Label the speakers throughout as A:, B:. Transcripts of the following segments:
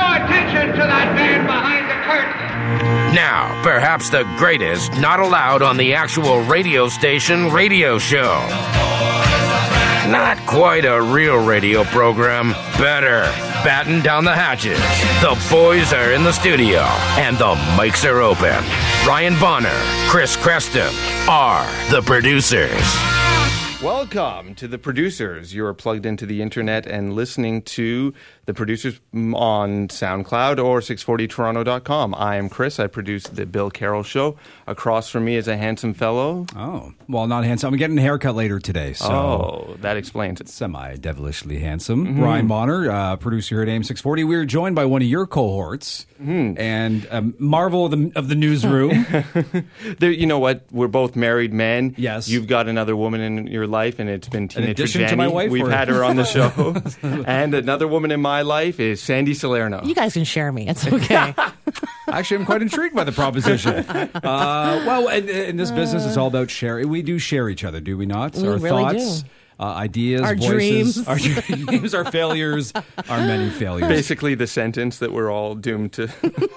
A: attention to that man behind the curtain.
B: Now, perhaps the greatest not allowed on the actual radio station radio show. Not quite a real radio program. Better. Batten down the hatches. The boys are in the studio, and the mics are open. Ryan Bonner, Chris Creston are the producers.
C: Welcome to the producers. You are plugged into the internet and listening to the producers on SoundCloud or 640toronto.com. I am Chris. I produce the Bill Carroll show. Across from me is a handsome fellow.
D: Oh, well, not handsome. I'm getting a haircut later today, so
C: Oh, that explains it.
D: semi devilishly handsome.
E: Mm-hmm.
D: Ryan Bonner, uh, producer here at AM 640. We are joined by one of your cohorts
E: Mm-hmm.
D: and um, marvel of the, of the newsroom.
C: There, you know what? We're both married men.
D: Yes.
C: You've got another woman in your life, and it's been Tina
D: addition
C: Trujani.
D: to my wife,
C: We've
D: or-
C: had her on the show. and another woman in my life is Sandy Salerno.
E: You guys can share me. It's okay.
D: Actually, I'm quite intrigued by the proposition. Uh, well, in, in this business, it's all about share. We do share each other, do we not?
E: We
D: our
E: really
D: thoughts,
E: do.
D: Uh, ideas,
E: Our
D: voices,
E: dreams.
D: our dreams, our failures, our many failures.
C: Basically, the sentence that we're all doomed to.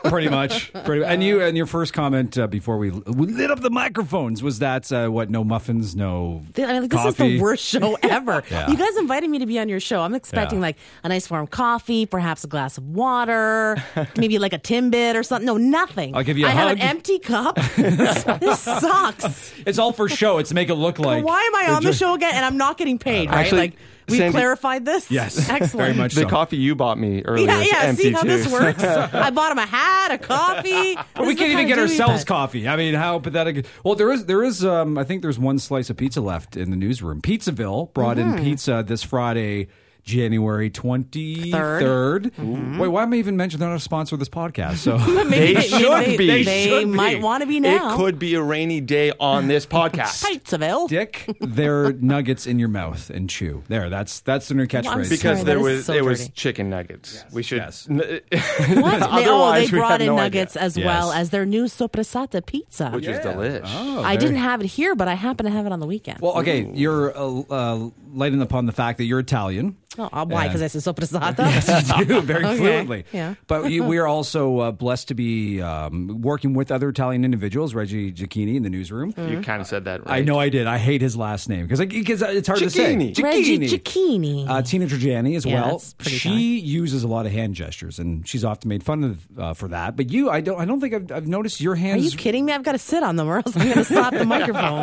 D: pretty much. Pretty, and you and your first comment uh, before we, we lit up the microphones was that uh, what? No muffins, no.
E: I mean, like, this is
D: coffee.
E: the worst show ever.
D: Yeah.
E: You guys invited me to be on your show. I'm expecting
D: Yeah.
E: like a nice warm coffee, perhaps a glass of water, maybe like a Timbit or something. No, nothing.
D: I'll give you a
E: I have
D: hug.
E: an empty cup. this sucks.
D: It's all for show. It's to make it look like.
E: Why am I on
D: Enjoy-
E: the show again? And I'm not getting paid, right?
C: Actually,
E: like we have
C: Sandy-
E: clarified this.
D: Yes,
E: excellent.
D: very much.
C: The
D: so.
C: coffee you bought me earlier
E: Yeah,
C: is
E: yeah.
C: empty
E: See how
C: too.
E: this works? I bought him a hat, a coffee.
D: But we can't even get ourselves coffee. I mean, how pathetic! Well, there is, there is. Um, I think there's one slice of pizza left in the newsroom. Pizzaville brought
E: Mm-hmm.
D: in pizza this Friday, January twenty
E: Mm-hmm.
D: Wait, why am I even mentioning they're not a sponsor of this podcast? So
C: They should be.
E: They, might want to be now.
C: It could be a rainy day on this podcast.
E: Pizzaville.
D: stick their nuggets in your mouth and chew. There, that's that's their new
E: I'm
D: catchphrase.
C: because
E: Sorry,
C: there
E: that is
C: was
E: so
C: it was
E: dirty.
C: chicken nuggets. We should.
D: Yes.
C: n-
E: What? They, oh,
C: Otherwise,
E: they
C: we have
E: brought in
C: no
E: nuggets
C: idea.
E: as
D: Yes.
E: well as their new sopressata pizza.
C: which is delish.
D: Oh,
E: I didn't have it here, but I happen to have it on the weekend.
D: Well, okay, you're uh, uh, lighting upon the fact that you're Italian.
E: oh, uh, why? Because I said sopressata.
D: you do very
E: Okay.
D: fluently.
E: Yeah.
D: But we, we are also uh, blessed to be um, working with other Italian individuals, Reggie Giacchini in the newsroom.
E: Mm-hmm.
C: You kind of said that. Right?
D: I know I did. I hate his last name because because it's hard
C: Giacchini.
D: to say.
E: Reggie Cicchini.
D: Uh, Tina Trajani as
E: Yeah,
D: well.
E: that's pretty
D: She
E: fun.
D: uses a lot of hand gestures, and she's often made fun of uh, for that. But you, I don't, I don't think I've, I've noticed your
E: Are
D: hands.
E: you kidding me? I've got to sit on them, or else I'm going to slap the microphone.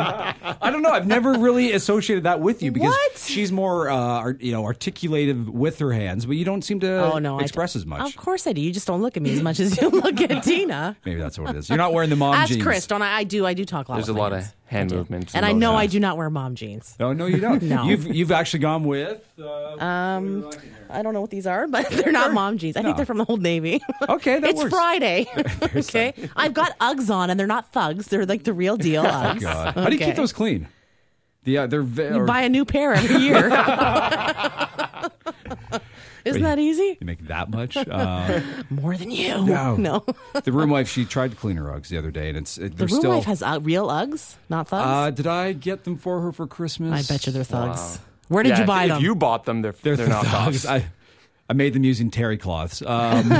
D: I don't know. I've never really associated that with you because
E: What?
D: she's more, uh, art- you know, articulative with her hands, but you don't seem to
E: Oh no, I-
D: express as much.
E: Of course I do. You just don't look at me as much as you look at Tina.
D: Maybe that's what it is. You're not wearing the mom
E: Ask
D: jeans.
E: Chris. Don't I? I do. I do talk a lot.
C: There's
E: with
C: a
E: my
C: lot of hand
E: hands.
C: movements,
E: and I
C: in those
E: know I
C: hands.
E: do not wear mom jeans.
D: Oh, No, no, you don't.
E: No.
D: You've you've actually gone with. Uh, um.
E: I don't know what these are, but they're not mom jeans. I
D: No.
E: think they're from the Old Navy.
D: Okay, that
E: it's
D: works.
E: Friday. okay, I've got Uggs on, and they're not thugs. They're like the real deal Uggs.
D: God. How do you
E: Okay.
D: keep those clean? The uh, they're ve-
E: You
D: or-
E: buy a new pair every year.
D: Wait.
E: Isn't that easy?
D: you make that much. Uh,
E: More than you.
D: no,
E: no.
D: the room wife she tried to clean her Uggs the other day, and it's it,
E: The
D: they're
E: room
D: still.
E: life has uh, real Uggs, not thugs.
D: uh, did I get them for her for Christmas?
E: I bet you they're thugs. Where did
C: Yeah,
E: you buy
C: if
E: them?
C: you bought them. They're they're,
D: They're,
C: not
D: thugs.
C: thugs.
D: I, I made them using terry cloths. Um,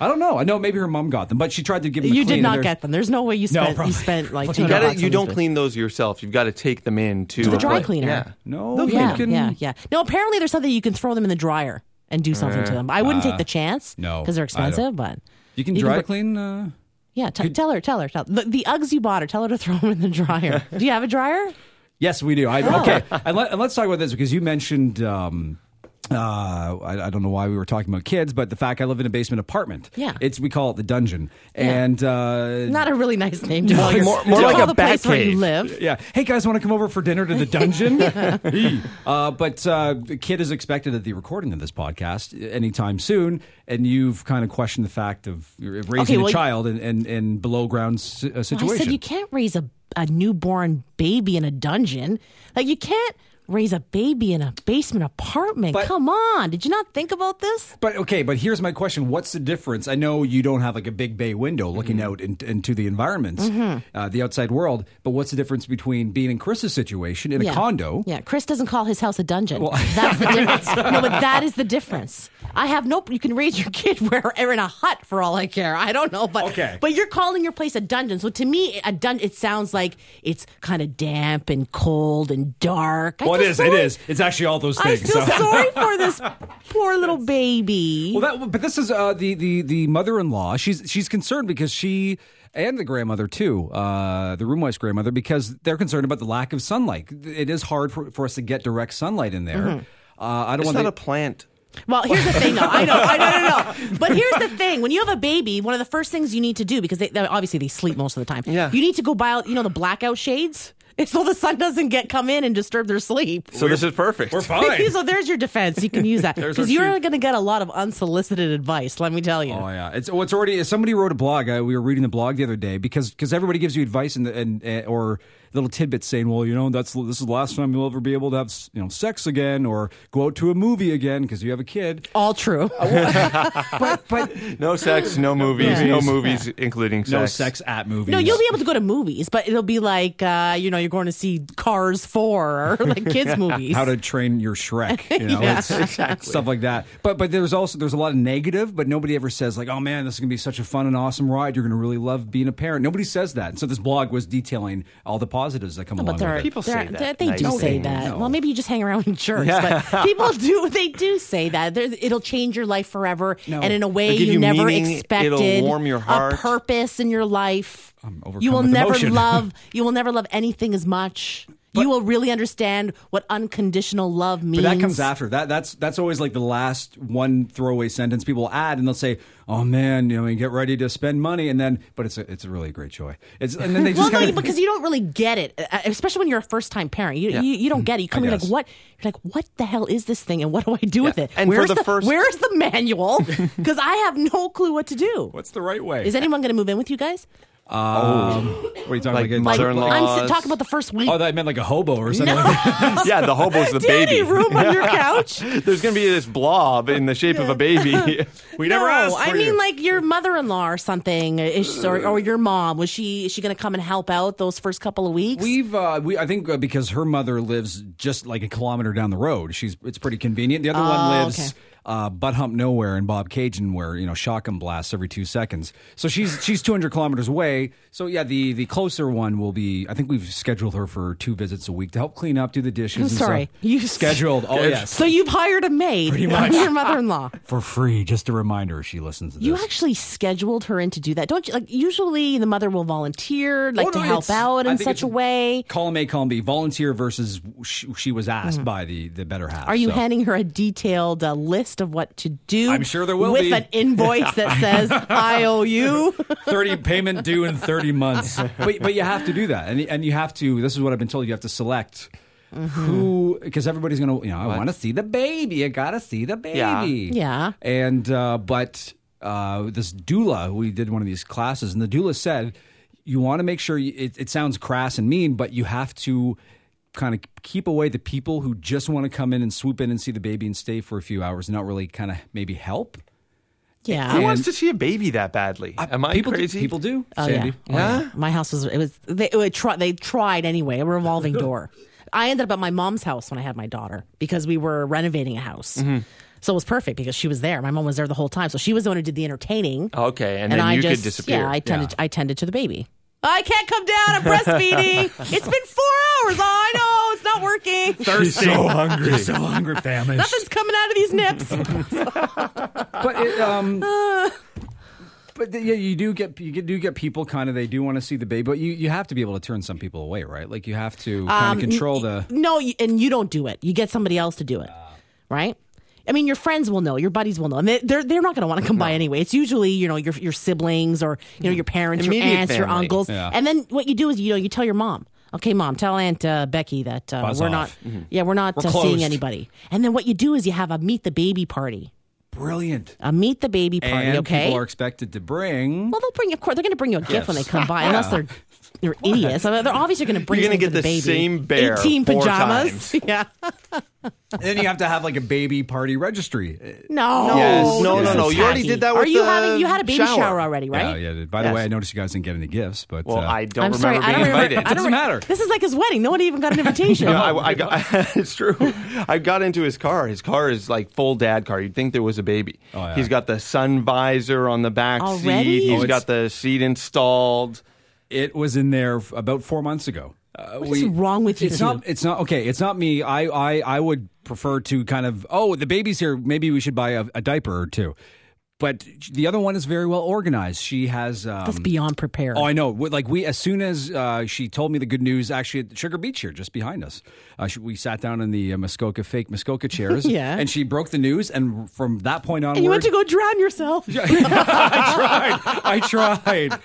D: I don't know. I know maybe her mom got them, but she tried to give them. a
E: You
D: clean,
E: did
D: and
E: not
D: they're-
E: get them. There's no way you
D: No,
E: spent you
D: probably.
E: spent like
D: You
E: two
C: You,
E: hundred
C: gotta,
E: bucks on
C: you
E: these
C: don't
E: things.
C: clean those yourself. You've got to take them in to,
E: the
C: a
E: dry
C: pla-
E: cleaner.
C: Yeah.
D: No,
E: Yeah,
D: you can-
E: yeah, yeah. No, apparently there's something you can throw them in the dryer and do something to them. I wouldn't take the chance.
D: Uh, no,
E: because they're
D: I don't-
E: expensive. But
D: You can
E: You can
D: dry
E: put-
D: clean. Uh,
E: yeah, t- tell her, tell her, tell the, the Uggs you bought her. Tell her to throw them in the dryer. do you have a dryer?
D: Yes, we do. I,
E: Oh.
D: Okay, and, let, us talk about this because you mentioned. Um, uh, I, I don't know why we were talking about kids, but the fact I live in a basement apartment.
E: Yeah.
D: it's we call it the dungeon, and uh,
E: Not a really nice name to call
C: it's
E: your,
C: more-
E: to
C: more like
E: call
C: a
E: the place where you
C: Batcave.
E: live.
D: yeah. Hey guys, want to come over for dinner to the dungeon? Eee. uh, but uh, the kid is expected at the recording of this podcast uh, anytime soon, and you've kind of questioned the fact of raising
E: Okay, well,
D: a child in, in, in below ground si- uh,
E: Well, I
D: situation.
E: said you can't raise a, a newborn baby in a dungeon. Like you can't raise a baby in a basement apartment.
D: But-
E: Come on. Did you not think about this?
D: But okay, but here's my question: What's the difference? I know you don't have like a big bay window looking
E: Mm-hmm.
D: out in, into the environments, uh, the outside world. But what's the difference between being in Chris's situation in a condo?
E: Yeah. Chris doesn't call his house a dungeon. That's the difference. no, but that is the difference. I have no. You can raise your kid wherever in a hut for all I care. I don't know, but
D: Okay.
E: but you're calling your place a dungeon. So to me, a dun. It sounds like it's kind of damp and cold and dark. I
D: Well, it
E: feel
D: is. It
E: sorry-
D: is. It's actually all those
E: I
D: things.
E: feel
D: so-
E: sorry for this poor little baby.
D: Well, that, but this is uh, the the the mother-in-law. She's she's concerned because she and the grandmother too, uh, the roomwife's grandmother, because they're concerned about the lack of sunlight. It is hard for, for us to get direct sunlight in there. Uh, I don't
C: It's
D: want
C: not
D: to.
C: a plant.
E: Well, here's the thing, though. I know, I know, I know. But here's the thing: when you have a baby, one of the first things you need to do because they, they obviously they sleep most of the time.
C: Yeah.
E: You need to go buy, out, you know, the blackout shades, so the sun doesn't get come in and disturb their sleep.
C: So this is perfect.
D: we're fine.
E: so there's your defense. You can use that
D: There's our
E: because you're
D: shoot.
E: going to get a lot of unsolicited advice. Let me tell you.
D: Oh yeah, it's oh, it's already. Somebody wrote a blog. Uh, we were reading the blog the other day because because everybody gives you advice and and uh, or little tidbits saying, well, you know, that's this is the last time you'll ever be able to have s- you know sex again or go out to a movie again because you have a kid.
E: All true.
D: But but
C: No sex, no movies,
E: Yeah.
C: no movies, including sex.
D: no sex at movies.
E: No, you'll be able to go to movies, but it'll be like uh, you know you're going to see Cars Four or like kids movies.
D: how to train your Shrek, you know,
E: Yeah,
D: it's- stuff like that. But but there's also there's a lot of negative, but nobody ever says like, oh man, this is gonna be such a fun and awesome ride. You're gonna really love being a parent. Nobody says that. And so this blog was detailing all the positives that come
E: No,
D: along
E: but there
D: with
E: are
D: it.
C: People
E: there
C: say
E: are-
C: that.
E: They do
C: Nice.
E: say
C: No,
E: that.
D: no.
E: Well, maybe you just hang around with jerks, but people do. They do say that. There's, it'll change your life forever,
D: No.
E: and in a way
C: It'll give
E: you,
C: you
E: never
C: meaning.
E: expected.
C: It'll warm your
E: A
C: heart.
E: purpose in your life.
D: overcome
E: you will
D: with
E: never
D: emotion.
E: love. You will never love anything as much. you will really understand what unconditional love means.
D: But that comes after that. That's that's always like the last one throwaway sentence people will add, and they'll say, "Oh man, you know, you get ready to spend money," and then, but it's a, it's a really great joy. It's and then they
E: Well,
D: just
E: no,
D: kind
E: you-
D: of
E: because you don't really get it, uh, especially when you're a first time parent. You, you you don't get it. You come in like
D: Mm-hmm. guess.
E: what? You're like, what the hell is this thing, and what do I do with it?
C: And for
E: where's
C: the first-
E: where's the manual? Because I have no clue what to do.
D: what's the right way?
E: Is anyone going to move in with you guys?
D: what are you talking
C: Like
D: about?
E: Like,
C: Mother-in-law.
E: I'm s- talking about the first week.
D: Oh, that meant like a hobo or something. like that.
E: no.
C: Yeah, the hobo's the
E: Do you have any
C: baby.
E: room on your couch?
C: There's going to be this blob in the shape of a baby.
D: We
E: no,
D: never asked.
E: I
D: for
E: mean
D: you.
E: like your mother-in-law or something, uh, is, or, or your mom. Was she is she going to come and help out those first couple of weeks?
D: We've, uh, we, I think, uh, because her mother lives just like a kilometer down the road. She's, it's pretty convenient. The other one lives
E: Oh, okay.
D: uh, butt hump nowhere in Bob Cajun, where you know shotgun blasts every two seconds. So she's she's 200 kilometers away. So yeah, the the closer one will be. I think we've scheduled her for two visits a week to help clean up, do the dishes.
E: I'm
D: and
E: sorry.
D: stuff.
E: You-
D: scheduled? Oh yes,
E: so you've hired a maid,
D: Pretty much.
E: your mother-in-law.
D: for free. Just a reminder, she listens to this.
E: You actually scheduled her in to do that, don't you? Like usually, the mother will volunteer, like
D: Oh,
E: to
D: no,
E: help
D: it's-
E: out
D: I
E: in
D: think
E: such
D: it's-
E: a way. Hmm.
D: column A, column B, volunteer versus she, she was asked by the the better half.
E: Are you
D: so.
E: handing her a detailed uh, list of what to do?
D: I'm sure there will
E: with
D: be.
E: an invoice that says I owe you.
D: 30 payment due in 30 months. But but you have to do that. And and you have to this is what I've been told you have to select who
C: Mm-hmm.
D: because everybody's going to you know I want to see the baby. You got to see the
C: Yeah.
D: baby.
E: Yeah.
D: And uh but uh this doula we did one of these classes and the doula said you want to make sure you, it, it sounds crass and mean but you have to kind of keep away the people who just want to come in and swoop in and see the baby and stay for a few hours and not really kind of maybe help
E: yeah.
C: Who wants to see a baby that badly? Am I
D: people
C: crazy?
D: do people do
E: Oh,
D: Sandy.
E: yeah. Oh, yeah. My house was it was they it would try, they tried anyway a revolving door. I ended up at my mom's house when I had my daughter because we were renovating a house.
C: Mm-hmm.
E: So it was perfect because she was there. My mom was there the whole time, so she was the one who did the entertaining.
C: Oh, Okay, and then
E: I
C: you could
E: just,
C: disappear.
E: Yeah, I tended
D: Yeah.
E: I tended to the baby. I can't come down. I'm breastfeeding. it's been four hours. Oh, I know it's not working.
D: thirsty.
C: so hungry.
D: so hungry, famished.
E: Nothing's coming out of these nips.
D: but it, um, but th- yeah, you do get you get- do get people kind of they do want to see the baby, but you, you have to be able to turn some people away, right? Like you have to kind
E: Um,
D: of control the.
E: No, you- and you don't do it. You get somebody else to do it, right? I mean, your friends will know, your buddies will know, and they- they're they're not going to want to come by anyway. It's usually you know your your siblings or you know your parents, your
C: Mm. Immediate
E: aunts, your
C: family.
E: uncles,
D: Yeah.
E: and then what you do is you know you tell your mom. Okay, mom, tell Aunt uh, Becky that uh,
D: Buzz
E: we're
D: off.
E: not,
C: Mm-hmm.
E: yeah, we're not
D: We're
E: uh, seeing
D: closed.
E: anybody. And then what you do is you have a meet the baby party,
D: Brilliant.
E: a meet the baby party.
D: and
E: okay,
D: people are expected to bring.
E: well, they'll bring, of course, they're going to bring you a gift when they
D: Yes.
E: come by, unless
D: Yeah.
E: they're
C: idiots.
E: You're idiots. I mean, they're obviously going to bring
C: You're gonna
E: going to
C: get the same bear
E: 18
C: four
E: pajamas.
C: times.
E: Yeah.
D: then you have to have like a baby party registry.
E: No.
C: Yes.
D: No,
E: this
D: no,
E: is
D: no.
C: You already
E: tacky.
C: did that
E: Are
C: with
E: you
C: the
E: having you had a baby shower,
C: shower.
E: already, right?
D: Yeah, yeah. By the
C: Yes.
D: way, I noticed you guys didn't get any gifts, but
C: Well,
D: uh,
C: I don't
E: I'm
C: remember
E: sorry. I
C: being
E: don't remember.
C: invited.
E: I don't
D: Doesn't
E: re-
D: matter.
E: This is like his wedding. No one even got an invitation.
C: Yeah, I, I got, it's true. I got into his car. His car is like full dad car. You'd think there was a baby.
D: Oh, yeah.
C: He's got the sun visor on the back
E: Already?
C: seat.
E: Oh,
C: He's
D: it's-
C: got the seat installed.
D: it was in there f- about four months ago. Uh,
E: What is wrong with you
D: It's
E: two?
D: not. It's not okay. It's not me. I, I. I would prefer to kind of. Oh, the baby's here. Maybe we should buy a, a diaper or two. But the other one is very well organized. She has. Um,
E: That's beyond prepared.
D: Oh, I know. We- Like we, as soon as uh, she told me the good news, actually at Sugar Beach here, just behind us, uh, she, we sat down in the uh, Muskoka fake Muskoka chairs.
E: Yeah.
D: and she broke the news, and from that point on,
E: and you went to go drown yourself.
D: I tried. I tried.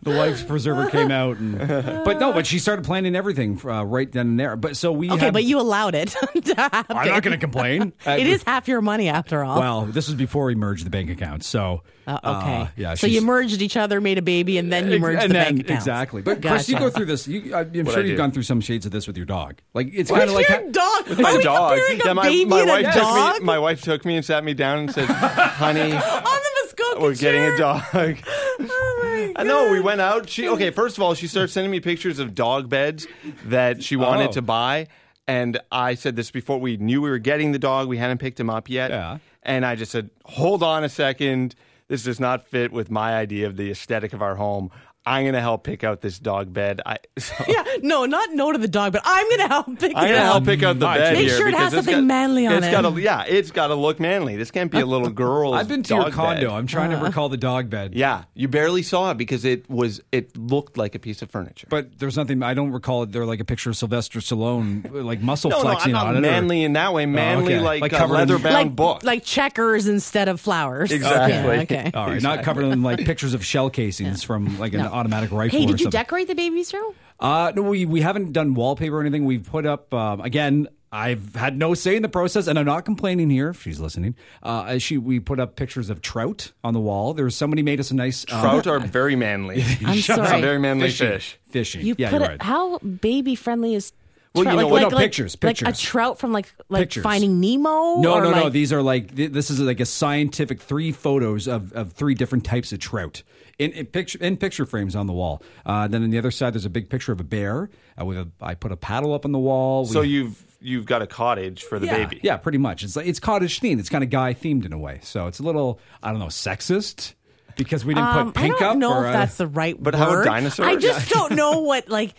D: The life preserver came out, and, but no. But she started planning everything uh, right then and there. But so we.
E: Okay,
D: had-
E: but you allowed it. to happen.
D: I'm not going to complain.
E: it is half your money after all.
D: Well, this was before we merged the bank accounts, so
E: Uh, okay.
D: yeah.
E: so you
D: she's-
E: merged each other, made a baby, and then you
D: Ex-
E: merged
D: and
E: the
D: then-
E: bank accounts.
D: Exactly. But Chris, you
E: Gotcha.
D: go through this. You, I, I'm sure
C: I
D: you've
C: do.
D: gone through some shades of this with your dog. Like it's
E: What
D: kind of like
E: your dog? Are we
C: dog.
E: comparing
C: Yeah,
E: a
C: my,
E: baby
C: my
E: and
C: wife
E: a
C: took
E: dog?
C: me. My wife took me and sat me down and said, "Honey,
E: On the Muskoka
C: we're getting
E: chair.
C: a dog."
E: Oh my
C: No, we
E: God.
C: went out. She okay. First of all, she started sending me pictures of dog beds that she wanted
D: Oh.
C: to buy, and I said this before we knew we were getting the dog. We hadn't picked him up yet,
D: Yeah.
C: and I just said, "Hold on a second. This does not fit with my idea of the aesthetic of our home. I'm going to help pick out this dog bed. I, so,
E: Yeah, no, not no to the dog, but I'm gonna help pick
C: I'm
E: it
C: going to
E: up.
C: help pick out the
D: Alright,
C: bed
D: make
C: here
E: sure it
C: because
E: has
C: it's
E: something
C: got-
E: manly on
C: it's
E: it.
C: Gotta, yeah, it's got to look manly. This can't be a little girl.
D: I've been to your condo.
C: Bed.
D: I'm trying
E: Uh.
D: to recall the dog bed.
C: yeah, you barely saw it because it was it looked like a piece of furniture.
D: But there's nothing I don't recall. There like a picture of Sylvester Stallone, like muscle
C: No, no, I'm
D: flexing
C: not
D: on it. or-
C: manly in that way. Manly
D: Oh, okay.
C: like,
D: Like
C: a
D: covered in-
C: leather-bound
E: like
C: book.
E: like checkers instead of flowers.
C: Exactly.
E: Yeah, okay.
D: All right, not covered in like pictures of shell casings from like an automatic rifle.
E: Hey,
D: or
E: did you
D: something.
E: decorate the baby's room?
D: Uh, no, we we haven't done wallpaper or anything. We've put up um, again. I've had no say in the process, and I'm not complaining here. If she's listening, uh, she we put up pictures of trout on the wall. There was somebody made us a nice um,
C: trout are very manly.
E: I'm
D: Shut up.
E: sorry.
C: Very manly
D: fishing,
C: fish.
D: Fishing.
E: You
D: yeah,
E: put
D: you're
E: it,
D: right.
E: how baby friendly is
C: Well,
E: trout?
C: you know
E: like,
C: what-
E: like,
D: No,
E: like-
D: pictures,
E: like
D: pictures.
E: a trout from like like
D: Pictures.
E: Finding Nemo.
D: no,
E: or
D: no, no.
E: like-
D: These are like th- this is like a scientific three photos of, of three different types of trout in, in picture in picture frames on the wall. Uh, then on the other side, there's a big picture of a bear uh, with a. I put a paddle up on the wall. We
C: So you've you've got a cottage for the
D: yeah,
C: baby.
D: Yeah, pretty much. It's like it's cottage themed. It's kind of guy themed in a way. So it's a little I don't know sexist because we didn't
E: Um,
D: put pink
E: I don't
D: up.
E: know
D: or,
E: if
D: uh,
E: that's the right
C: But
E: word.
C: how about dinosaurs?
E: I just don't know what like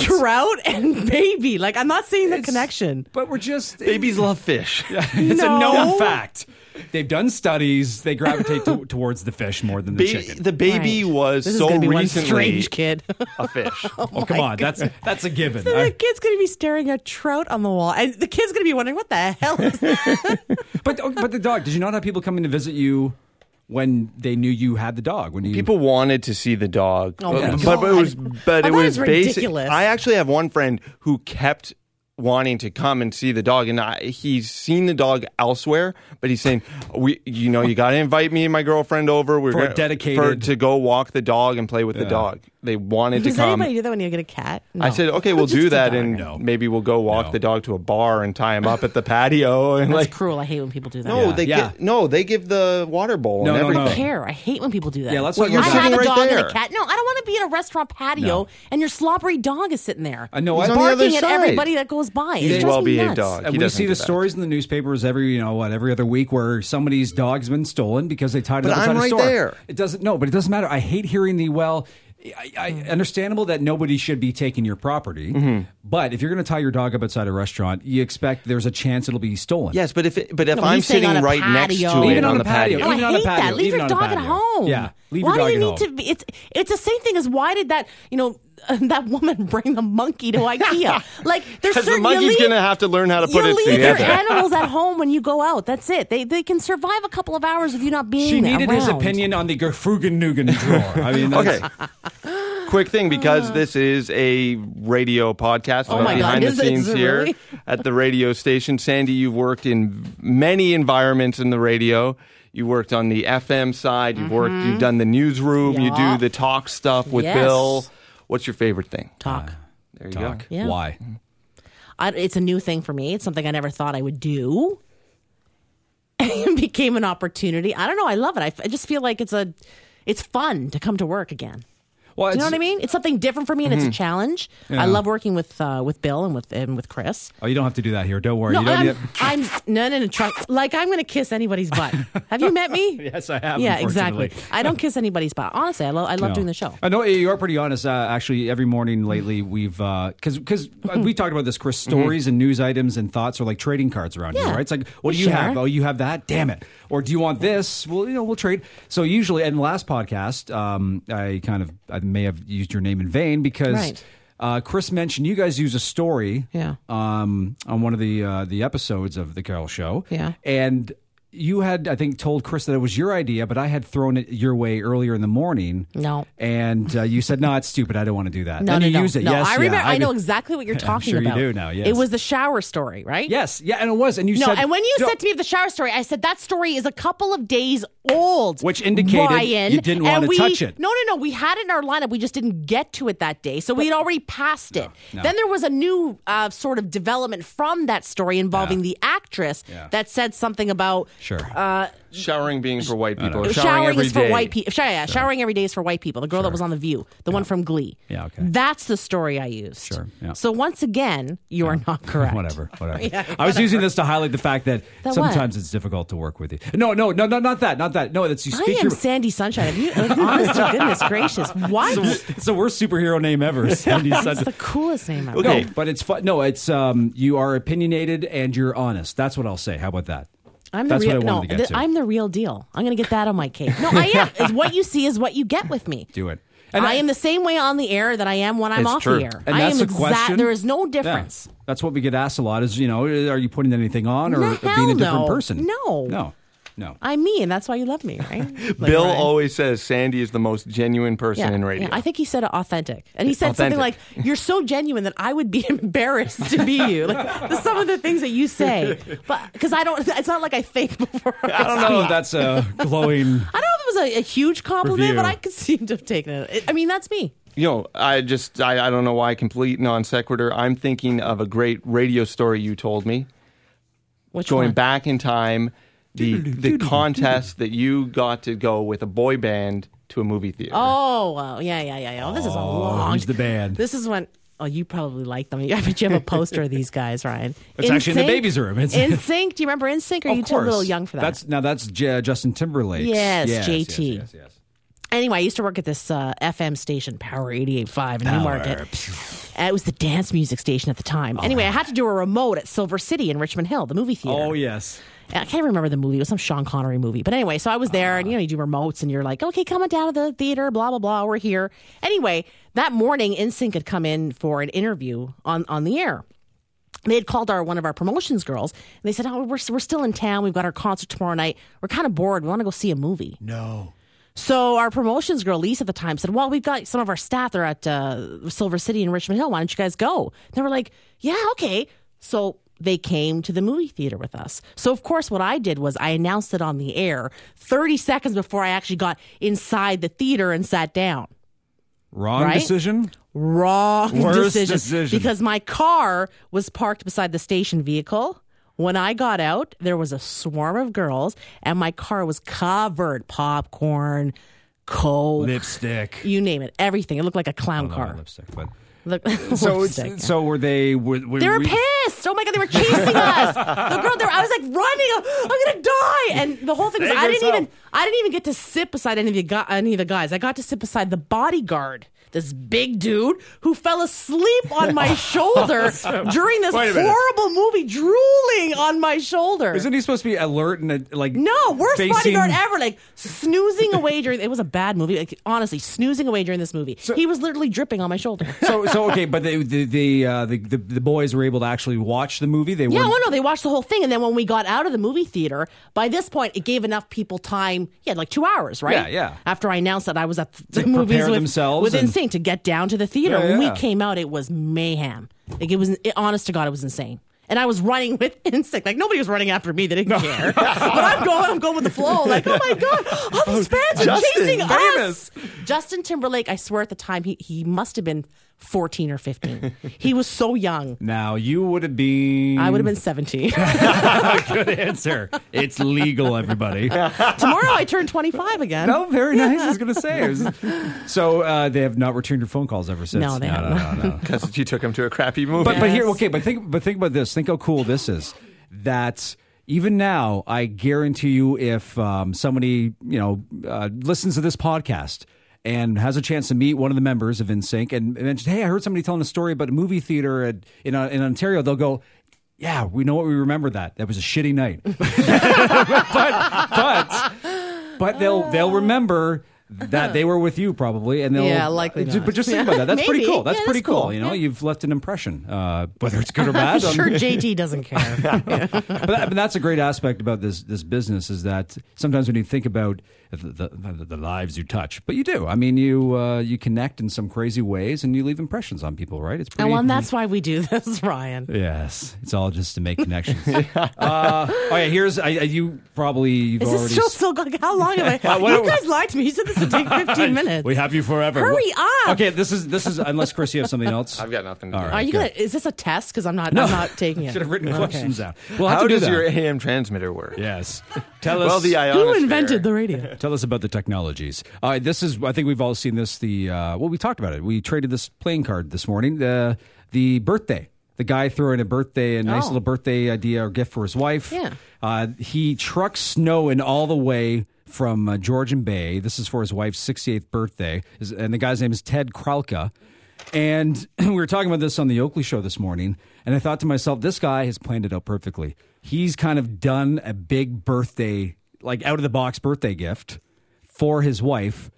E: trout and baby. Like I'm not seeing the
D: it's-
E: connection.
D: But we're just
C: Babies love fish.
D: It's a
E: No.
D: known fact. They've done studies. They gravitate to, towards the fish more than the
C: Ba-
D: chicken.
C: the baby
E: Right.
C: was
E: This is
C: so
E: gonna be one
C: recently
E: strange kid.
C: a fish.
D: oh come on, that's that's a given.
E: So the
D: I-
E: kid's going to be staring at trout on the wall, and the kid's going to be wondering, "What the hell is that?"
D: but oh, but the dog. Did you not have people coming to visit you when they knew you had the dog? When you
C: People wanted to see the dog,
E: Oh
C: but,
E: my
C: but it was
E: God.
C: but
E: I
C: it
E: thought it
C: was
E: was
C: basic.
E: ridiculous.
C: I actually have one friend who kept wanting to come and see the dog, and I, he's seen the dog elsewhere, but he's saying, "We, you know, you got to invite me and my girlfriend over. We're
D: For a
C: gonna-
D: dedicated-
C: for- to go walk the dog and play with the dog. They wanted
E: Does
C: to come."
E: anybody do that when you get a cat? No.
C: I said, okay, we'll
E: Just
C: do
E: the
C: that,
E: dog.
C: and
D: No.
C: maybe we'll go walk
D: No.
C: the dog to a bar and tie him up at the patio, and
E: That's
C: like,
E: cruel. I hate when people do that.
C: no, they
D: Yeah.
C: Get, no, they give the water bowl
D: No,
C: and
D: no, no.
C: everything.
E: I don't care. I hate when people do that.
D: Yeah, let's
E: I
D: not use that.
E: had a
C: Sitting right
E: dog and
C: there.
E: a cat. No, I don't want to be in a restaurant patio
D: No.
E: and your slobbery dog is sitting there.
D: I know, He's I- on the
E: barking
C: other
E: at
C: side.
E: everybody that goes by. It
C: He's a
E: drives me
C: well-behaved
E: nuts.
C: dog.
D: And
C: He
D: Uh, we
C: doesn't
D: see
C: do
D: the
C: that.
D: stories in the newspapers every, you know, what every other week where somebody's dog's been stolen because they tied it
C: But
D: up
C: I'm
D: inside a
C: right
D: store.
C: there.
D: It doesn't. No, but it doesn't matter. I hate hearing the well. I, I understandable that nobody should be taking your property,
C: Mm-hmm.
D: but if you're going to tie your dog up outside a restaurant, you expect there's a chance it'll be stolen.
C: Yes, but if it, but if
E: No,
C: I'm
E: he's saying
C: sitting
E: on a
C: right next to
E: patio.
C: it
D: Even on
C: the
D: a patio.
E: No,
D: Even
E: I
D: on a
E: hate
D: patio,
E: that. Leave
D: even
E: your
D: on a
E: dog at
D: patio.
E: home.
D: Yeah, leave
E: Why
D: your dog
E: do you
D: at
E: need
D: home.
E: to be? It's it's the same thing as why did that you know that woman bring the monkey to IKEA? like there's
C: Because the
E: certain you
C: monkey's
E: leave-
C: going to have to learn how to put
E: you
C: it
E: leave your
C: together.
E: animals at home when you go out. That's it. They they can survive a couple of hours of you not being.
D: She needed his
E: around.
D: opinion on the Gerfugen Nugen drawer. I mean, that's-
C: okay. Quick thing, because this is a radio podcast
E: Uh. Oh
C: about
E: my God,
C: behind
E: is
C: the
E: it-
C: scenes
E: is it
C: here
E: really?
C: at the radio station. Sandy, you've worked in many environments in the radio. You worked on the FM side. You've worked. You've done the newsroom. You do
E: Yup.
C: the talk stuff with
E: Mm-hmm. Yes.
C: Bill. What's your favorite thing?
E: Talk.
C: There you
D: Talk.
C: go.
E: Yeah.
D: Why?
E: I, it's a new thing for me. It's something I never thought I would do. it became an opportunity. I don't know. I love it. I, f- I just feel like it's a, it's fun to come to work again.
D: Well,
E: Do you know
D: it's-
E: what I mean? It's something different for me, and it's a challenge.
D: Yeah.
E: I love working with uh, with Bill and with and with Chris.
D: Oh, you don't have to do that here. Don't worry.
E: No,
D: you don't
E: I'm,
D: need-
E: I'm no, no, no. Trust, like I'm going to kiss anybody's butt. Have you met me?
D: Yes, I have.
E: yeah, exactly.
D: unfortunately.
E: I don't kiss anybody's butt. Honestly, I love I love
D: No.
E: doing the show.
D: I know you are pretty honest. Uh, actually, every morning lately, we've because because
E: Mm-hmm.
D: we talked about this, Chris. Stories and news items and thoughts are like trading cards around here,
E: Yeah.
D: right? It's like, what do you
E: Sure.
D: have? Oh, you have that. Damn it! Or do you want this? Well, you know, we'll trade. So usually, and last podcast, um, I kind of I may have used your name in vain because.
E: Right.
D: Uh, Chris mentioned you guys use a story,
E: Yeah.
D: um, on one of the uh, the episodes of the Carol Show,
E: Yeah.
D: and you had, I think, told Chris that it was your idea, but I had thrown it your way earlier in the morning.
E: No.
D: And uh, you said, no, it's stupid. I don't want to do that.
E: No,
D: then
E: no,
D: you
E: no.
D: used it.
E: No,
D: Yes,
E: I
D: yeah,
E: remember. I know
D: did.
E: exactly what you're
D: I'm
E: talking
D: sure you
E: about.
D: do now, yes.
E: It was the shower story, right?
D: Yes, yeah, and it was. And you
E: No,
D: said,
E: and when you
D: No.
E: said to me of the shower story, I said that story is a couple of days old,
D: Which indicated
E: Ryan,
D: you didn't
E: and
D: wanna
E: we-
D: touch it.
E: No, no, no. We had it in our lineup. We just didn't get to it that day, so we had already passed it.
D: no.
E: Then there was a new uh, sort of development from that story involving the actress
D: Yeah.
E: that said something about uh,
D: Sure.
C: Showering being for white people.
E: showering,
C: Showering, every
E: is for
C: day.
E: white people. yeah, showering every day is for white people. The girl that was on The View, the one from Glee.
D: Yeah, okay.
E: That's the story I used.
D: Sure, yeah.
E: So once again, you are not correct.
D: Whatever, whatever. I was using this to highlight the fact that,
E: That
D: sometimes
E: what?
D: it's difficult to work with you. No, no, no, no, not that, not that. No, that's you
E: I
D: speak
E: am
D: your.
E: Sandy Sunshine. Have you, like, honest to goodness gracious, what?
D: It's the worst superhero name ever. Sandy
E: That's
D: Sutton.
E: the coolest name ever.
D: No, but it's fun. No, it's um, you are opinionated and you're honest. That's what I'll say. How about that?
E: I'm the
D: That's
E: real.
D: what I
E: no,
D: wanted to get
E: th-
D: to.
E: I'm the real deal. I'm going to get that on my cake. No, I am. Is what you see is what you get with me.
D: Do it.
E: And I, am the same way on the air that I am when I'm
C: It's
E: off
C: true.
E: the air.
D: And
E: I
D: that's
E: am
D: the
E: exact-
D: question.
E: There is no
D: Yeah.
E: difference.
D: That's what we get asked a lot is, you know, are you putting anything on or
E: No,
D: being a
E: hell
D: different
E: no.
D: person?
E: No.
D: No. No.
E: I'm me, and that's why you love me, right? Like,
C: Bill
E: Ryan.
C: always says Sandy is the most genuine person in radio.
E: I think he said authentic. And he said something like,
C: Authentic.
E: You're so genuine that I would be embarrassed to be you. Like the- some of the things that you say. But because I don't it's not like I think before. I,
D: I don't know if that's a glowing.
E: I don't know if it was a, a huge compliment,
D: Review.
E: but I could seem to have taken it. I- I mean, that's me.
C: you know, I just I, I don't know why complete non sequitur. I'm thinking of a great radio story you told me
E: Which
C: going
E: one?
C: back in time. The the contest that you got to go with a boy band to a movie theater.
E: Oh, wow. yeah, yeah, yeah, yeah. Oh, this is a long.
D: who's the band?
E: This is when. Oh, you probably like them. I bet you have a poster of these guys, Ryan.
D: It's actually in the
E: NSYNC?
D: baby's room. It's-
E: NSYNC. Do you remember NSYNC? Or are
D: Of
E: you too
D: course.
E: little young for that?
D: That's now that's J- Justin Timberlake.
E: Yes,
D: yes,
E: JT.
D: yes, yes.
E: anyway, I used to work at this uh, FM station, Power 88.5 in Newmarket. Uh, It was the dance music station at the time. Anyway, I had to do a remote at Silver City in Richmond Hill, the movie theater.
D: Oh yes.
E: I can't remember the movie. It was some Sean Connery movie. But anyway, so I was there, and you know, you do remotes, and you're like, okay, come on down to the theater, blah blah blah. We're here. Anyway, that morning, NSYNC had come in for an interview on on the air. They had called our one of our promotions girls, and they said, "Oh, we're we're still in town. We've got our concert tomorrow night. We're kind of bored. We want to go see a movie."
D: No.
E: So our promotions girl, Lisa, at the time said, "Well, we've got some of our staff. They're at uh, Silver City in Richmond Hill. Why don't you guys go?" They were like, "Yeah, okay." So they came to the movie theater with us. So of course, what I did was I announced it on the air 30 seconds before I actually got inside the theater and sat down.
D: Wrong
E: Right?
D: decision.
E: Wrong
D: Worst
E: decision,
D: decision.
E: because my car was parked beside the station vehicle. When I got out, there was a swarm of girls, and my car was covered popcorn, coke,
D: Lipstick.
E: you name it, everything. It looked like a clown
D: No,
E: car.
D: lipstick, but
E: Look-
D: so
E: lipstick, yeah.
D: it's, so were they? Were, were
E: they were
D: we-
E: pissed. Oh my god, they were chasing us. The girl, there, I was like running. I'm gonna die. And the whole thing was,
D: Save
E: I didn't
D: yourself.
E: even, I didn't even get to sit beside any of the gu- any of the guys. I got to sit beside the bodyguard. This big dude who fell asleep on my shoulder during this
D: Wait a minute.
E: horrible movie, drooling on my shoulder.
D: Isn't he supposed to be alert and uh, like?
E: No, worst
D: facing-
E: bodyguard ever. Like snoozing away during. It was a bad movie. Like honestly, snoozing away during this movie. he was literally dripping on my shoulder.
D: So so okay, but the the the, uh, the the the boys were able to actually watch the movie. They
E: Yeah,
D: were
E: well, no, they watched the whole thing, and then when we got out of the movie theater, by this point, it gave enough people time. Yeah, like two hours, right?
D: Yeah, yeah.
E: After I announced that I was at the
D: They
E: movies
D: prepared
E: with,
D: themselves
E: with
D: and-
E: Insane to get down to the theater.
D: Yeah,
E: when
D: yeah.
E: we came out, it was mayhem. Like it was, it, honest to God, it was insane. and I was running with instinct. Like nobody was running after me; they didn't care. but I'm going, I'm going with the flow. Like, oh my god, all
D: Oh,
E: these fans are
C: Justin,
E: chasing
C: famous.
E: us. Justin Timberlake, I swear at the time he he must have been 14 or 15. he was so young.
D: Now you would have been.
E: I would have been 17.
D: Good answer. It's legal, everybody.
E: Tomorrow I turn 25 again.
D: No, very nice. I was going to say. I was- So uh, they have not returned your phone calls ever since.
E: No, they
D: no,
E: have
D: no, no, no.
C: Because you took him to a crappy movie.
D: But but here,
E: Yes.
D: okay. But think but think about this. Think how cool this is. That even now, I guarantee you, if um, somebody you know uh, listens to this podcast. And has a chance to meet one of the members of InSync and mentioned, "Hey, I heard somebody telling a story about a movie theater at, in uh, in Ontario." They'll go, "Yeah, we know what we remember that. That was a shitty night." but but but they'll they'll remember that they were with you probably, and they'll
E: Yeah, likely
D: Ju-
E: not.
D: But just think about that. That's pretty
E: Maybe.
D: cool. That's
E: Yeah,
D: pretty
E: that's
D: cool.
E: cool.
D: You know,
E: Yeah.
D: you've left an impression, uh, whether it's good or bad.
E: I'm
D: on-
E: sure JT doesn't care.
D: but, that- but that's a great aspect about this this business is that sometimes when you think about the, the, the lives you touch, but you do. I mean, you uh, you connect in some crazy ways, and you leave impressions on people, right? It's pretty.
E: and well, and that's why we do this, Ryan.
D: Yes, it's all just to make connections. uh, all right, here's I, I, you probably you've
E: Is
D: already.
E: this show still going? How long have I?
D: what-
E: you guys lied to me. You said this would take 15 minutes.
D: We have you forever.
E: Hurry
D: Wha-
E: up.
D: Okay, this is this is unless Chris, you have something else.
C: I've got nothing to
D: All
C: do.
D: right,
E: Are you
D: go.
E: gonna? Is this a test? Because I'm not. I'm not taking it.
D: Should have written
E: Okay.
D: questions down. We'll have
C: How
D: to do
C: does
D: that.
C: your AM transmitter work?
D: yes? Tell us.
C: Well, the ionosphere.
E: Who invented the radio?
D: Tell us about the technologies. All right, this is. I think we've all seen this. The uh, well, we talked about it. We traded this playing card this morning. The the birthday. The guy threw in a birthday, a nice
E: Oh.
D: little birthday idea or gift for his wife.
E: Yeah.
D: Uh, he trucks snow in all the way from uh, Georgian Bay. This is for his wife's 68th birthday, His- and the guy's name is Ted Kralka. And we were talking about this on the Oakley show this morning, and I thought to myself, this guy has planned it out perfectly. He's kind of done a big birthday, like out of the box birthday gift for his wife.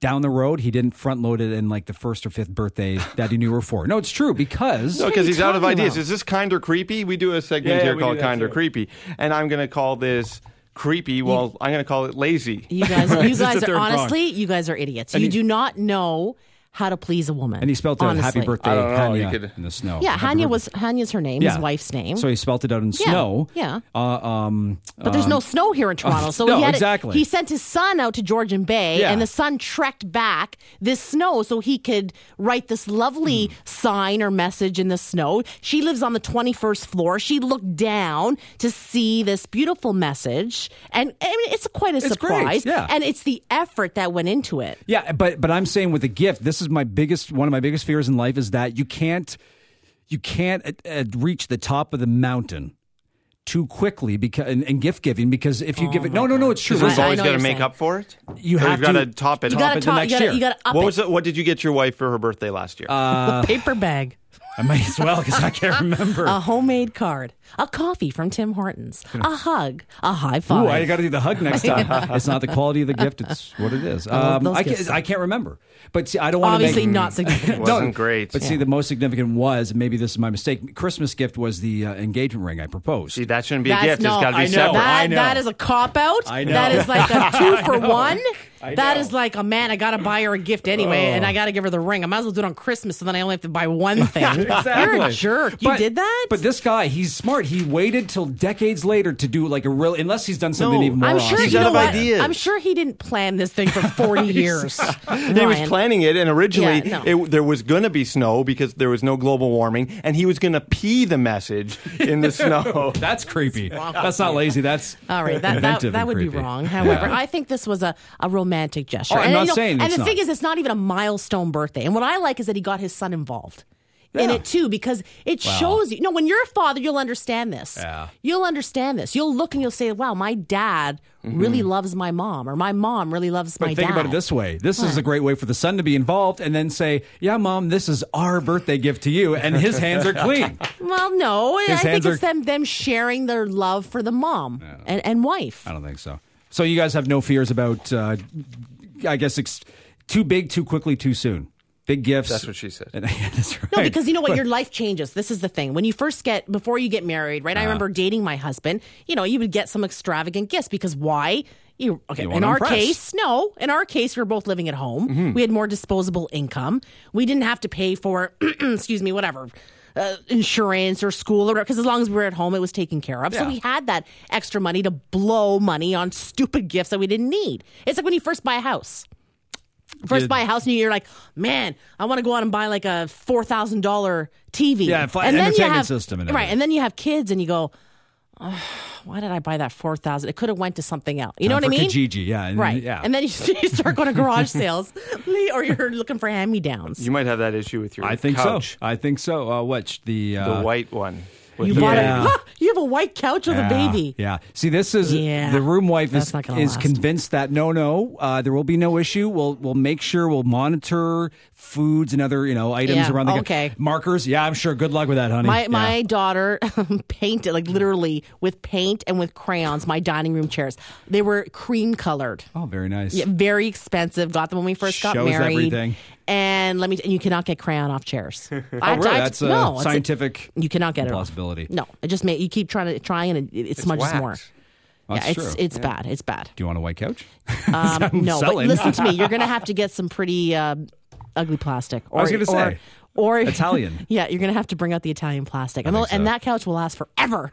D: Down the road, he didn't front load it in like the first or fifth birthday that he knew her for. No, it's true because
C: No,
E: What are
C: because
E: you
C: he's out of
E: talking
C: ideas.
E: about?
C: Is this kind or creepy? We do a segment
D: Yeah,
C: here
D: we do
C: called
D: that
C: kind or
D: too.
C: creepy, and I'm going to call this creepy. Well, I'm going to call it lazy.
E: You guys,
D: Right,
E: you
D: it's the
E: guys
D: third
E: are
D: prong.
E: honestly, you guys are idiots. You
D: he-
E: do not know how to please a woman.
D: and he spelled out
E: honestly.
D: "Happy Birthday"
C: I don't know, you
D: Hanya
C: could-
D: in the snow.
E: Yeah,
D: Happy
E: Hanya
D: birthday.
E: was Hanya's her name, his wife's name.
D: So he spelt it out in
E: Yeah,
D: snow.
E: yeah.
D: Uh, um,
E: but there's no snow here in Toronto, so
D: no,
E: he had
D: exactly.
E: he sent his son out to Georgian Bay,
D: Yeah.
E: and the son trekked back this snow so he could write this lovely
D: Hmm.
E: sign or message in the snow. She lives on the 21st floor. She looked down to see this beautiful message, and I mean, it's quite a
D: great,
E: surprise.
D: yeah.
E: and it's the effort that went into it.
D: Yeah, but but I'm saying with a gift, this is my biggest one of my biggest fears in life is that you can't you can't uh, uh, reach the top of the mountain too quickly because and, and gift giving because if you give it no no no it's true
C: Is this
E: I- I
C: always
E: know
C: got to
E: you're
C: make
E: saying.
C: up for it?
D: You
C: Or
D: have
C: you've got to
D: to-
C: top it.
E: You
C: off
E: got
D: it
E: to
D: the
E: top.
D: next
E: You got
D: year.
E: to. You got to up
C: what
E: it. Uh,
C: was it? What did you get your wife for her birthday last year?
E: a paper bag,
D: I might as well because I can't remember.
E: a homemade card, a coffee from Tim Hortons, a hug, a high five.
D: Ooh, I got to do the hug next time. it's not the quality of the gift; it's what it is. Um,
E: those
D: I, can't,
E: gifts.
D: I can't remember, but see, I don't want to
E: Obviously
D: make,
E: not significant.
C: Wasn't great.
D: But see, the most significant was maybe this is my mistake. Christmas gift was the uh, engagement ring I proposed.
C: See, that shouldn't be
E: That's
C: a gift.
E: no,
C: it's got to be
D: I know.
C: separate.
D: I
E: That,
D: know.
E: that is a cop out.
D: I know.
E: That is like a two for one.
D: I
E: That
D: know. Oh.
E: is like a man. I gotta buy her a gift anyway, and I gotta give her the ring. I might as well do it on Christmas, so then I only have to buy one thing. You're a jerk. You
D: But-
E: did that.
D: But this guy, he's smart. He waited till decades later to do like a real, unless he's done something
C: No.
D: even more.
E: I'm
D: awesome.
E: sure
C: He's
E: you
C: out
E: know
C: of
E: what?
C: ideas.
E: I'm sure he didn't plan this thing for 40 years.
C: He was
E: Ryan.
C: planning it, and originally
E: Yeah, no.
C: it, there was going to be snow because there was no global warming, and he was going to pee the message in the snow.
D: That's creepy. That's not lazy. That's
E: All right, that that,
D: inventive
E: that
D: and
E: would be
D: creepy.
E: wrong. However,
D: Yeah.
E: I think this was a, a romantic gesture.
D: Oh, I'm
E: and
D: not
E: you know,
D: saying
E: And
D: it's
E: the
D: not.
E: thing is, it's not even a milestone birthday. And what I like is that he got his son involved. In
D: Yeah.
E: it too, because it
D: Wow.
E: shows you. No, when you're a father, you'll understand this.
D: Yeah.
E: You'll understand this. You'll look and you'll say, "Wow, my dad really loves my mom, or my mom really loves
D: Mm-hmm. But
E: my
D: think
E: dad."
D: about it this way: this is
E: What?
D: a great way for the son to be involved, and then say, "Yeah, mom, this is our birthday gift to you," and his hands are clean.
E: Well, no, I
D: His
E: think
D: hands
E: it's
D: are-
E: them them sharing their love for the mom and, and wife.
D: I don't think so. So you guys have no fears about, uh, I guess, ex- too big, too quickly, too soon. Big gifts.
C: That's what she said.
D: And- yeah, that's right.
E: No, because you know what? Your life changes. This is the thing. When you first get, before you get married,
D: Uh-huh.
E: right? I remember dating my husband, you know, you would get some extravagant gifts because why? You, okay,
D: You
E: in
D: wanna
E: our
D: impress. Mm-hmm.
E: case, no. In our case, we were both living at home. We had more disposable income. We didn't have to pay for, excuse me, whatever, uh, insurance or school or whatever. Because as long as we were at home, it was taken care of. So
D: Yeah.
E: we had that extra money to blow money on stupid gifts that we didn't need. It's like when you first buy a house. First
D: Yeah.
E: buy a house and you're like, man, I want to go out and buy like a four thousand dollar TV.
D: Yeah, flat
E: and then you
D: entertainment
E: have,
D: system and
E: right?
D: everything.
E: And then you have kids and you go, "Ugh, why did I buy that four thousand? It could have went to something else. You know
D: Time
E: what I
D: for
E: mean?
D: Kijiji, yeah, and-
E: right.
D: yeah.
E: And then you, you start going to garage sales, or you're looking for hand me downs.
C: You might have that issue with your
D: I think
C: couch,
D: so. I think so. Uh, what the
C: the
D: uh,
C: white one. with
E: You
C: the
E: bought
D: Yeah.
E: a, Huh, you have a white couch with
D: Yeah,
E: a baby.
D: Ah, Yeah. See, this is
E: Yeah.
D: the room wife
E: That's
D: is,
E: not gonna
D: is
E: last.
D: convinced that no, no, uh, there will be no issue. We'll we'll make sure we'll monitor foods and other you know items
E: Yeah,
D: around the
E: okay.
D: markers. Yeah, I'm sure. Good luck with that, honey.
E: My
D: Yeah.
E: my daughter painted like literally with paint and with crayons my dining room chairs. They were cream colored.
D: oh, very nice.
E: Yeah, very expensive. Got them when we first got
D: Shows
E: married.
D: everything.
E: And let me. And you cannot get crayon off chairs. oh,
D: really? That's a scientific
E: you cannot get it. off.
D: possibility.
E: No, it just may. You keep trying to trying, and it, it smudges
C: wax.
E: more.
D: That's
E: yeah, it's
D: true.
E: it's bad. It's bad.
D: Do you want a white couch?
E: Um, no,
D: selling.
E: but listen to me. You're going to have to get some pretty uh, ugly plastic. Or,
D: was gonna
E: or-
D: say,
E: Or
D: Italian.
E: yeah, you're going to have to bring out the Italian plastic, and,
D: think
E: they'll- and
D: so.
E: that couch will last forever.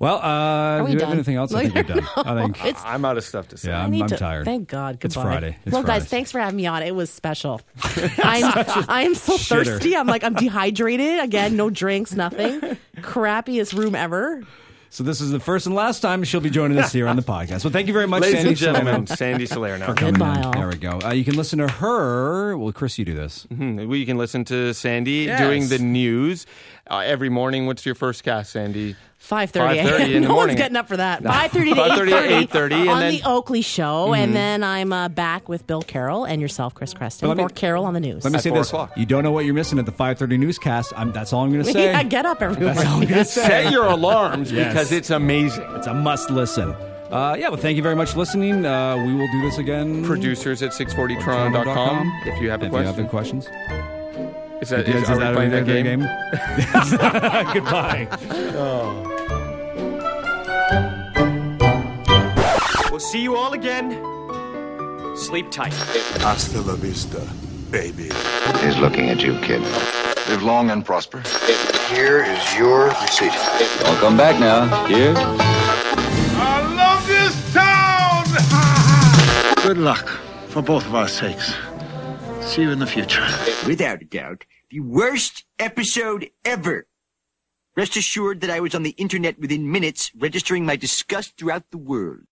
D: Well, uh, do
E: we
D: you have
E: done?
D: anything else? I think you're done. I think.
E: it's
C: I'm out of stuff to say.
D: Yeah,
E: I
D: I'm,
E: need
D: I'm
E: to,
D: tired.
E: Thank God. Goodbye.
D: It's Friday. It's
E: well,
D: Friday.
E: guys, thanks for having me on. It was special. I'm I'm so
D: Shitter.
E: thirsty. I'm like I'm dehydrated again. No drinks, nothing. Crappiest room ever.
D: So this is the first and last time she'll be joining us here on the podcast. Well, thank you very much,
C: Ladies
D: Sandy.
C: and gentlemen, Sandy Salerno.
D: Coming in.
E: Goodbye.
D: There we go. Uh, you can listen to her. Well, Chris, you do this.
C: Hmm, We can listen to Sandy
D: Yes.
C: doing the news uh, every morning. What's your first cast, Sandy?
E: Five thirty.
C: 5:30 in the
E: no one's
C: morning.
E: getting up for that. Five thirty to
C: 5:30
E: eight
C: to
E: thirty.
C: 8:30, and
E: on
C: then-
E: the Oakley Show, and then I'm uh, back with Bill Carroll and yourself, Chris Creston,
D: But Mm-hmm. let me-
E: for Carroll on the News.
D: Let me
C: At
D: say
C: four
D: this:
C: o'clock.
D: you don't know what you're missing at the 5:30 newscast. I'm, that's all I'm going to say.
E: yeah, get up, everyone.
D: That's all I'm going to say.
C: Set your alarms
D: Yes.
C: because it's amazing.
D: It's a must listen. Uh, yeah, well, thank you very much for listening. Uh, we will do this again.
C: Producers at 640toronto.com
D: Toronto.com.
C: if you have a
D: If
C: question.
D: you have questions.
C: is that,
D: Is-
C: is,
D: is
C: are we
D: that
C: playing
D: a-
C: that game?
D: game? Goodbye.
F: We'll see you all again. Sleep tight.
G: Hasta la vista, baby.
H: is looking at you, kid.
G: Live long and prosper.
H: Here is your receipt. I'll come back now. Here.
A: I love this town!
I: Good luck for both of our sakes. See you in the future.
J: without a doubt, the worst episode ever. Rest assured that I was on the internet within minutes, registering my disgust throughout the world.